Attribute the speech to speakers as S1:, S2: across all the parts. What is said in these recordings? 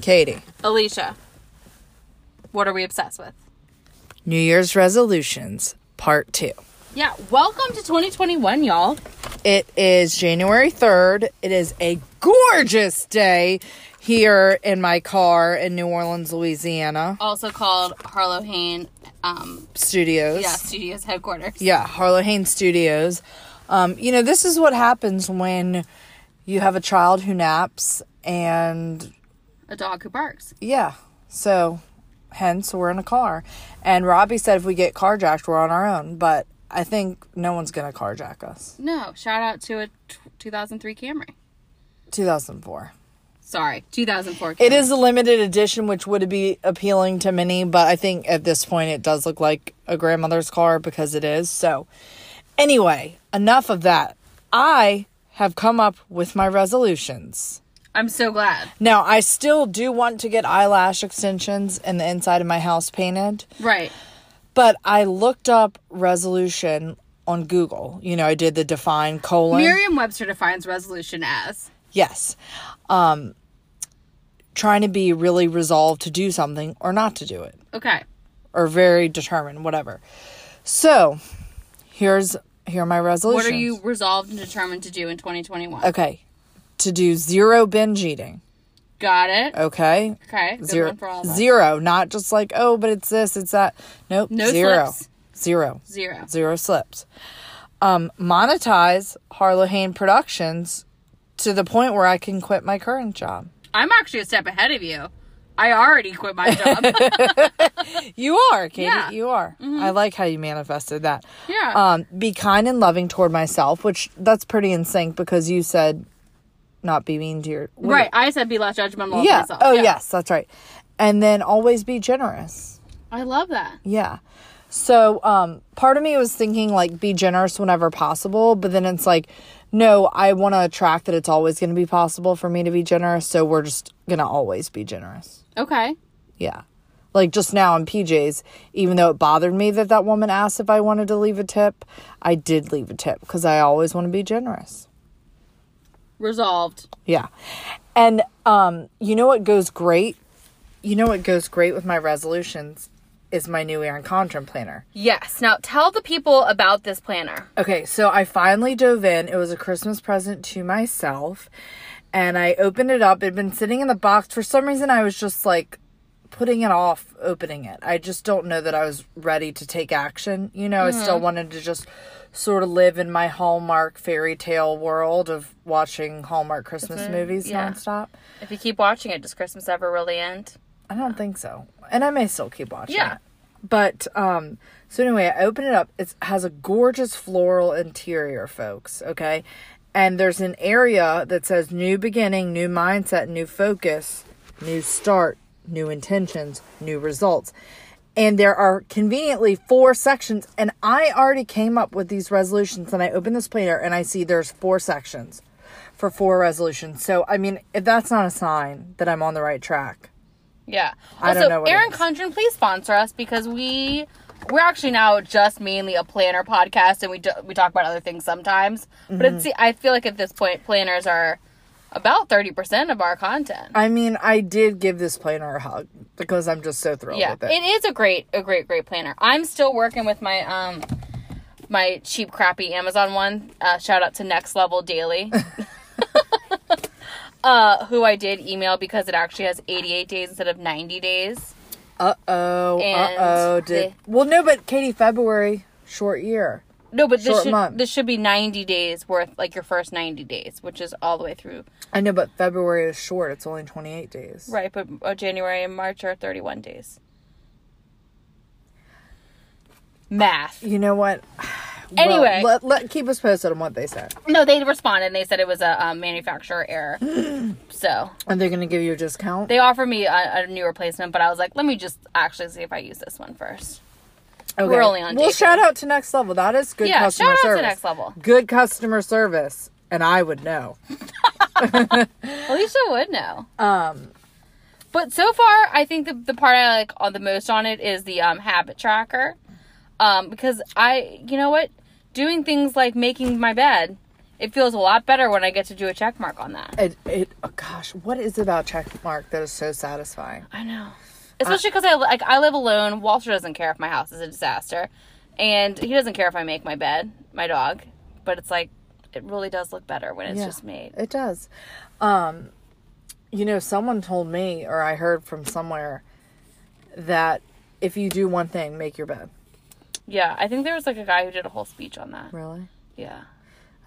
S1: Katie,
S2: Alicia, what are we obsessed with?
S1: New Year's resolutions, part two.
S2: Yeah, welcome to 2021, y'all.
S1: It is January 3rd. It is a gorgeous day here in my car in New Orleans, Louisiana
S2: Also called Harlow Hain, um,
S1: studios.
S2: yeah, studios headquarters.
S1: Yeah, Harlow Haynes Studios. Um, you know, this is what happens when you have a child who naps, and
S2: A dog who barks.
S1: yeah, so hence we're in a car. And Robbie said if we get carjacked, we're on our own, but I think no one's going to carjack us.
S2: No, shout out to a t- 2003 Camry.
S1: 2004.
S2: Sorry, 2004 Camry.
S1: It is a limited edition, which would be appealing to many, but I think at this point it does look like a grandmother's car because it is. So, anyway, enough of that. I have come up with my resolutions.
S2: I'm so glad.
S1: Now, I still do want to get eyelash extensions and the inside of my house painted,
S2: Right.
S1: but I looked up resolution on Google. You know, I did the define colon.
S2: Merriam Webster defines resolution as
S1: Yes. Um, trying to be really resolved to do something or not to do it.
S2: okay.
S1: or very determined, whatever. So, here's here are my resolutions.
S2: What are you resolved and determined to do in 2021?
S1: Okay, to do zero binge eating.
S2: Got it.
S1: Okay,
S2: Okay. Good
S1: zero,
S2: one for all of us.
S1: zero, not just like oh, but it's this, it's that. Nope,
S2: No
S1: zero,
S2: slips.
S1: zero,
S2: Zero.
S1: zero slips. Um, monetize Harlow Hayne Productions to the point where I can quit my current job.
S2: I'm actually a step ahead of you. I already quit my job.
S1: You are, Katie.
S2: Yeah. Mm-hmm.
S1: You are. I like how you manifested that.
S2: Yeah.
S1: Um, be kind and loving toward myself, which that's pretty in sync because you said not be mean to your wait.
S2: right. I said be less judgmental
S1: Yeah.
S2: of myself.
S1: Oh yes, that's right. And then always be generous.
S2: I love that.
S1: Yeah. So um part of me was thinking like be generous whenever possible, but then it's like no, I want to attract that it's always going to be possible for me to be generous, so we're just going to always be generous.
S2: Okay.
S1: Yeah. Like just now in PJs, even though it bothered me that that woman asked if I wanted to leave a tip, I did leave a tip because I always want to be generous.
S2: Resolved.
S1: Yeah. And um, you know what goes great? You know what goes great with my resolutions is my new Erin Condren planner.
S2: Yes. Now tell the people about this planner.
S1: Okay, so I finally dove in. It was a Christmas present to myself. And I opened it up. It had been sitting in the box. For some reason, I was just like putting it off opening it. I just don't know that I was ready to take action. You know, I still wanted to just sort of live in my Hallmark fairy tale world of watching Hallmark Christmas movies
S2: yeah.
S1: nonstop.
S2: If you keep watching it, does Christmas ever really end?
S1: I don't think so. And I may still keep watching.
S2: Yeah.
S1: it. But um so anyway, I open it up. It has a gorgeous floral interior, folks, okay? And there's an area that says new beginning, new mindset, new focus, new start, new intentions, new results. And there are conveniently four sections and I already came up with these resolutions and I open this planner and I see there's four sections for four resolutions. So I mean, if that's not a sign that I'm on the right track.
S2: Yeah.
S1: I don't
S2: also,
S1: know what it
S2: Erin
S1: is.
S2: Condren, please sponsor us because we we're actually now just mainly a planner podcast, and we do, we talk about other things sometimes. But
S1: Mm-hmm.
S2: it's I feel like at this point, planners are about thirty percent of our content.
S1: I mean, I did give this planner a hug because I'm just so thrilled
S2: Yeah,
S1: with it.
S2: it is a great a great great planner. I'm still working with my um my cheap crappy Amazon one. Uh, shout out to Next Level Daily. Uh, who I did email because it actually has 88 days instead of 90 days.
S1: Uh oh. Uh
S2: And
S1: oh. Did well? No, but Katie, February short year.
S2: No, but this
S1: Short
S2: should
S1: month.
S2: this should be ninety days worth, like your first ninety days, which is all the way through.
S1: I know, but February is short. It's only 28 days.
S2: Right, but uh, January and March are thirty-one days. Math.
S1: You know what? Well,
S2: Anyway,
S1: let, let keep us posted on what they said,
S2: no, they responded. and They said it was a um, manufacturer error, so
S1: and they're gonna give you a discount.
S2: they offered me a, a new replacement. But I was like, let me just actually see if I use this one first.
S1: Okay.
S2: we're only on
S1: Well,
S2: day
S1: shout out to Next Level. That is good
S2: Yeah,
S1: customer
S2: shout out to
S1: service.
S2: Next Level.
S1: Good customer service, and I would know.
S2: Alicia would know. Um, but so far, I think the the part I like on the most on it is the um habit tracker, um because I you know what doing things like making my bed it feels a lot better when I get to do a check mark on that.
S1: It, it oh gosh, what is it about checkmark that is so satisfying?
S2: I know. Uh, Especially because I like I live alone. Walter doesn't care if my house is a disaster, and he doesn't care if I make my bed, my dog. But it's like it really does look better when it's
S1: Yeah,
S2: just made.
S1: It does. Um, you know, someone told me, or I heard from somewhere, that if you do one thing, make your bed.
S2: Yeah, I think there was like a guy who did a whole speech on that.
S1: Really?
S2: Yeah.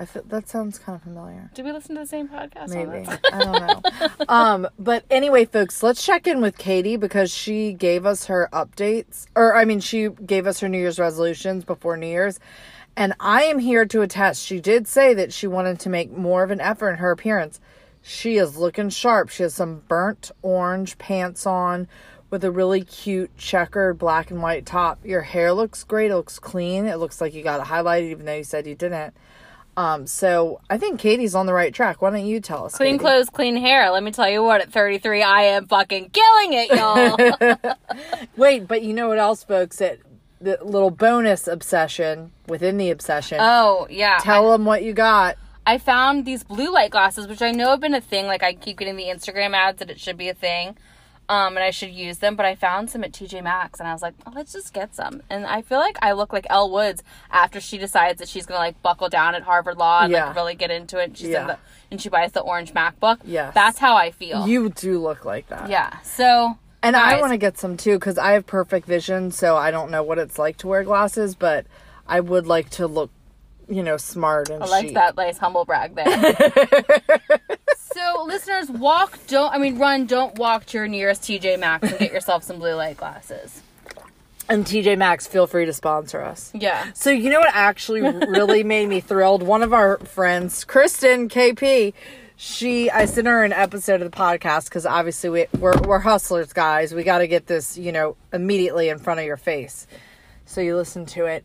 S1: I feel, that sounds kind of familiar.
S2: Did we listen to the same podcast? on
S1: Maybe.
S2: that?
S1: I don't know. Um, but anyway, folks, let's check in with Katie because she gave us her updates, or I mean, she gave us her New Year's resolutions before New Year's. And I am here to attest. She did say that she wanted to make more of an effort in her appearance. She is looking sharp. She has some burnt orange pants on with a really cute checkered black and white top. Your hair looks great. It looks clean. It looks like you got it highlighted, even though you said you didn't. Um, so I think Katie's on the right track. Why don't you tell us?
S2: Clean
S1: Katie?
S2: clothes, clean hair. Let me tell you what, at 33, I am fucking killing it, y'all.
S1: Wait, but you know what else, folks? That the little bonus obsession within the obsession.
S2: oh, yeah.
S1: Tell them what you got.
S2: I found these blue light glasses, which I know have been a thing. Like I keep getting the Instagram ads that it should be a thing, um, and I should use them. But I found some at TJ Maxx, and I was like, oh, let's just get some. And I feel like I look like Elle Woods after she decides that she's gonna like buckle down at Harvard Law and
S1: Yeah.
S2: like really get into it. She's
S1: Yeah.
S2: in the, and she buys the orange MacBook.
S1: Yes.
S2: that's how I feel.
S1: You do look like that.
S2: yeah. So
S1: And I
S2: guys.
S1: want to get some too because I have perfect vision, so I don't know what it's like to wear glasses, but I would like to look, you know, smart and
S2: I like
S1: chic.
S2: that nice humble brag there. so, listeners, walk, don't, I mean, run, don't walk to your nearest TJ Maxx and get yourself some blue light glasses.
S1: And TJ Maxx, feel free to sponsor us.
S2: Yeah.
S1: So you know what actually really made me thrilled? One of our friends, Kristen KP, she I sent her an episode of the podcast because obviously we, we're we're hustlers, guys. We got to get this, you know, immediately in front of your face. So you listen to it,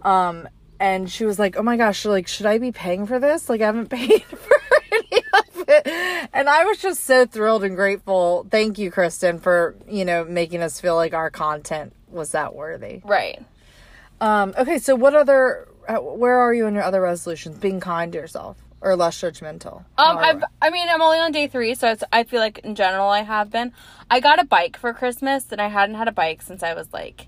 S1: um, and she was like, "Oh my gosh, like should I be paying for this? Like I haven't paid for any of it." And I was just so thrilled and grateful. Thank you, Kristen, for you know making us feel like our content was that worthy.
S2: Right.
S1: Um, okay, so what other, uh, where are you in your other resolutions? Being kind to yourself or less judgmental?
S2: Um,
S1: However.
S2: I've, I mean, I'm only on day three, so it's, I feel like in general I have been. I got a bike for Christmas, and I hadn't had a bike since I was like,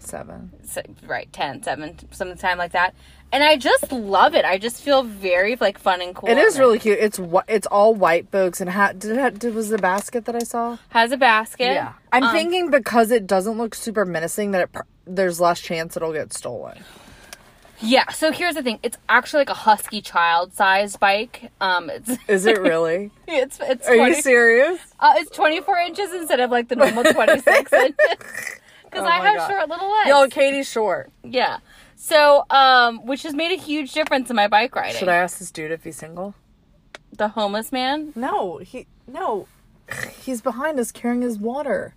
S1: seven.
S2: se- right, 10, 7, sometime like that. And I just love it. I just feel very, like, fun and cool.
S1: It
S2: on
S1: is really cute. It's wh- it's all white folks and ha- did it ha- did, was the basket that I saw?
S2: Has a basket.
S1: I'm thinking because it doesn't look super menacing that it pr- there's less chance it'll get stolen.
S2: Yeah, so here's the thing. It's actually like a husky child sized bike. Um it's
S1: Is it really?
S2: it's it's
S1: are
S2: 20,
S1: you serious?
S2: uh, it's 24 inches instead of like the normal 26 inches. Cuz I
S1: Oh my
S2: have
S1: God.
S2: short little legs.
S1: Yo, Katie's short.
S2: Yeah. So um which has made a huge difference in my bike riding.
S1: Should I ask this dude if he's single?
S2: The homeless man?
S1: No, he no. He's behind us carrying his water.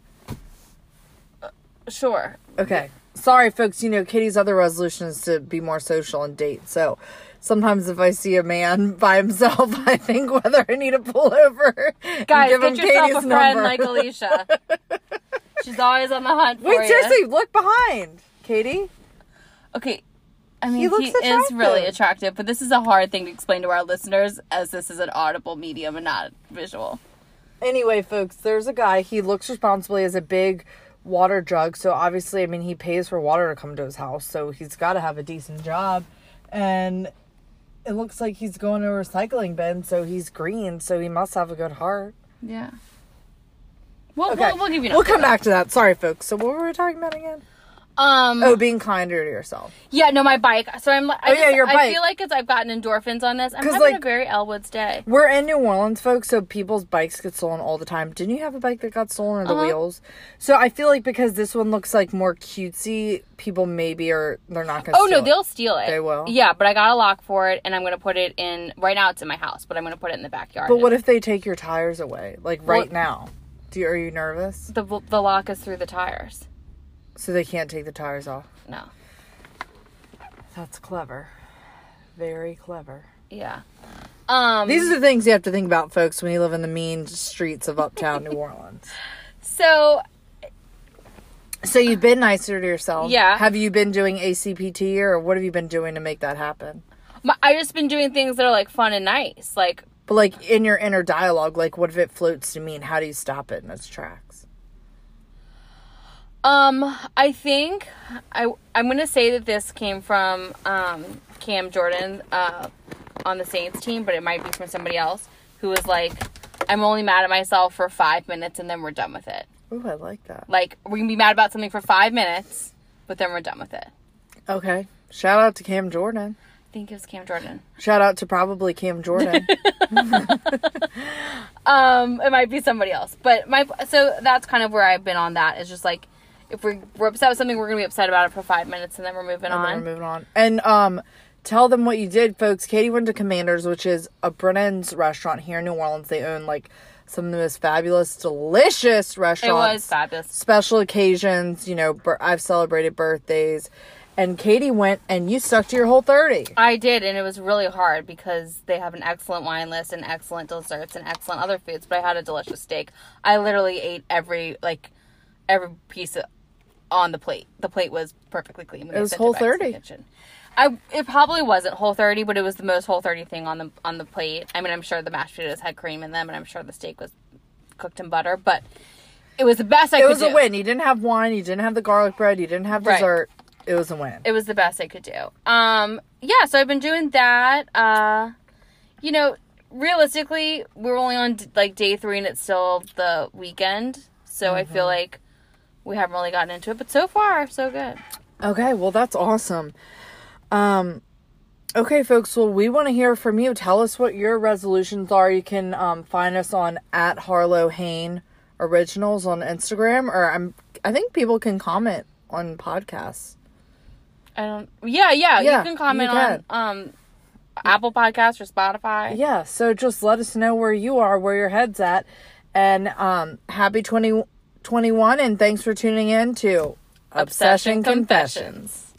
S2: Sure.
S1: Okay. Sorry, folks. You know, Katie's other resolution is to be more social and date. So sometimes if I see a man by himself, I think whether I need to pull over. and
S2: Guys,
S1: give
S2: get
S1: him
S2: yourself
S1: Katie's
S2: a friend
S1: number.
S2: like Alicia. She's always on the hunt for
S1: Wait,
S2: you.
S1: seriously, look behind, Katie.
S2: Okay. I mean, he,
S1: looks
S2: is really
S1: attractive.
S2: attractive, but this is a hard thing to explain to our listeners as this is an audible medium and not visual.
S1: Anyway, folks, there's a guy. He looks responsibly as a big water jug. So obviously, I mean, he pays for water to come to his house. So he's got to have a decent job. And it looks like he's going to a recycling bin. So he's green. So he must have a good heart.
S2: Yeah. We'll,
S1: Okay.
S2: we'll, we'll give you. an
S1: We'll
S2: update.
S1: come back to that. Sorry, folks. So what were we talking about again?
S2: Um.
S1: Oh, being kinder to yourself.
S2: Yeah. No, my bike. So I'm. like, I
S1: Oh, yeah,
S2: just-
S1: your
S2: I
S1: bike.
S2: feel like it's. I've gotten endorphins on this. I'm
S1: 'Cause,
S2: having a
S1: like-
S2: very Elwood's day.
S1: We're in New Orleans, folks, so people's bikes get stolen all the time. Didn't you have a bike that got stolen or
S2: Uh-huh.
S1: the wheels? So I feel like because this one looks like more cutesy, people maybe are they're not gonna
S2: Oh
S1: steal
S2: no,
S1: it.
S2: they'll steal it.
S1: They will.
S2: Yeah, but I got a lock for it, and I'm gonna put it in. Right now, it's in my house, but I'm gonna put it in the backyard.
S1: But what if they take your tires away? Like right
S2: Well-
S1: now. Do you, are you nervous?
S2: the the lock is through the tires?
S1: So they can't take the tires off.
S2: No.
S1: That's clever. Very clever.
S2: Yeah. Um.
S1: These are the things you have to think about, folks, when you live in the mean streets of uptown New Orleans.
S2: so
S1: So you've been nicer to yourself.
S2: Yeah.
S1: Have you been doing ACPT or what have you been doing to make that happen?
S2: my, I just been doing things that are like fun and nice. Like
S1: But like in your inner dialogue, like what if it floats to me and how do you stop it in its tracks?
S2: Um, I think I I'm gonna say that this came from um Cam Jordan uh on the Saints team, but it might be from somebody else who was like, I'm only mad at myself for five minutes and then we're done with it.
S1: Ooh, I like that.
S2: Like we're gonna be mad about something for five minutes, but then we're done with it.
S1: Okay. Shout out to Cam Jordan.
S2: I think it was Cam Jordan.
S1: Shout out to probably Cam Jordan.
S2: Um, it might be somebody else, but my so that's kind of where I've been on that. It's just like if we're we're upset with something, we're gonna be upset about it for five minutes and then we're moving
S1: And then
S2: on.
S1: We're moving on. And um, tell them what you did, folks. Katie went to Commanders, which is a Brennan's restaurant here in New Orleans. They own like some of the most fabulous, delicious
S2: it was
S1: restaurants.
S2: fabulous.
S1: Special occasions, you know, bir- I've celebrated birthdays. And Katie went and you stuck to your whole 30.
S2: I did, and it was really hard because they have an excellent wine list and excellent desserts and excellent other foods. But I had a delicious steak. I literally ate every like every piece of, on the plate. The plate was perfectly clean. It
S1: was Whole30.
S2: I it probably wasn't Whole 30, but it was the most Whole 30 thing on the on the plate. I mean, I'm sure the mashed potatoes had cream in them, and I'm sure the steak was cooked in butter, but it was the best I
S1: It
S2: could
S1: was
S2: do.
S1: a win. You didn't have wine, you didn't have the garlic bread, you didn't have
S2: Right.
S1: dessert. It was a win.
S2: it was the best I could do. Um, yeah, so I've been doing that. Uh, you know, realistically, we're only on like day three, and it's still the weekend, so I
S1: Mm-hmm.
S2: feel like we haven't really gotten into it. But so far, so good.
S1: Okay, well that's awesome. Um okay folks, well we want to hear from you. Tell us what your resolutions are. You can um find us on at Harlow Hain Originals on Instagram or I'm I think people can comment on podcasts.
S2: I don't. Yeah, yeah.
S1: Yeah,
S2: you can comment
S1: you can.
S2: on um, Apple Podcasts or Spotify.
S1: Yeah, so just let us know where you are, where your head's at. And um happy 2021 and thanks for tuning in to Obsession, Confessions.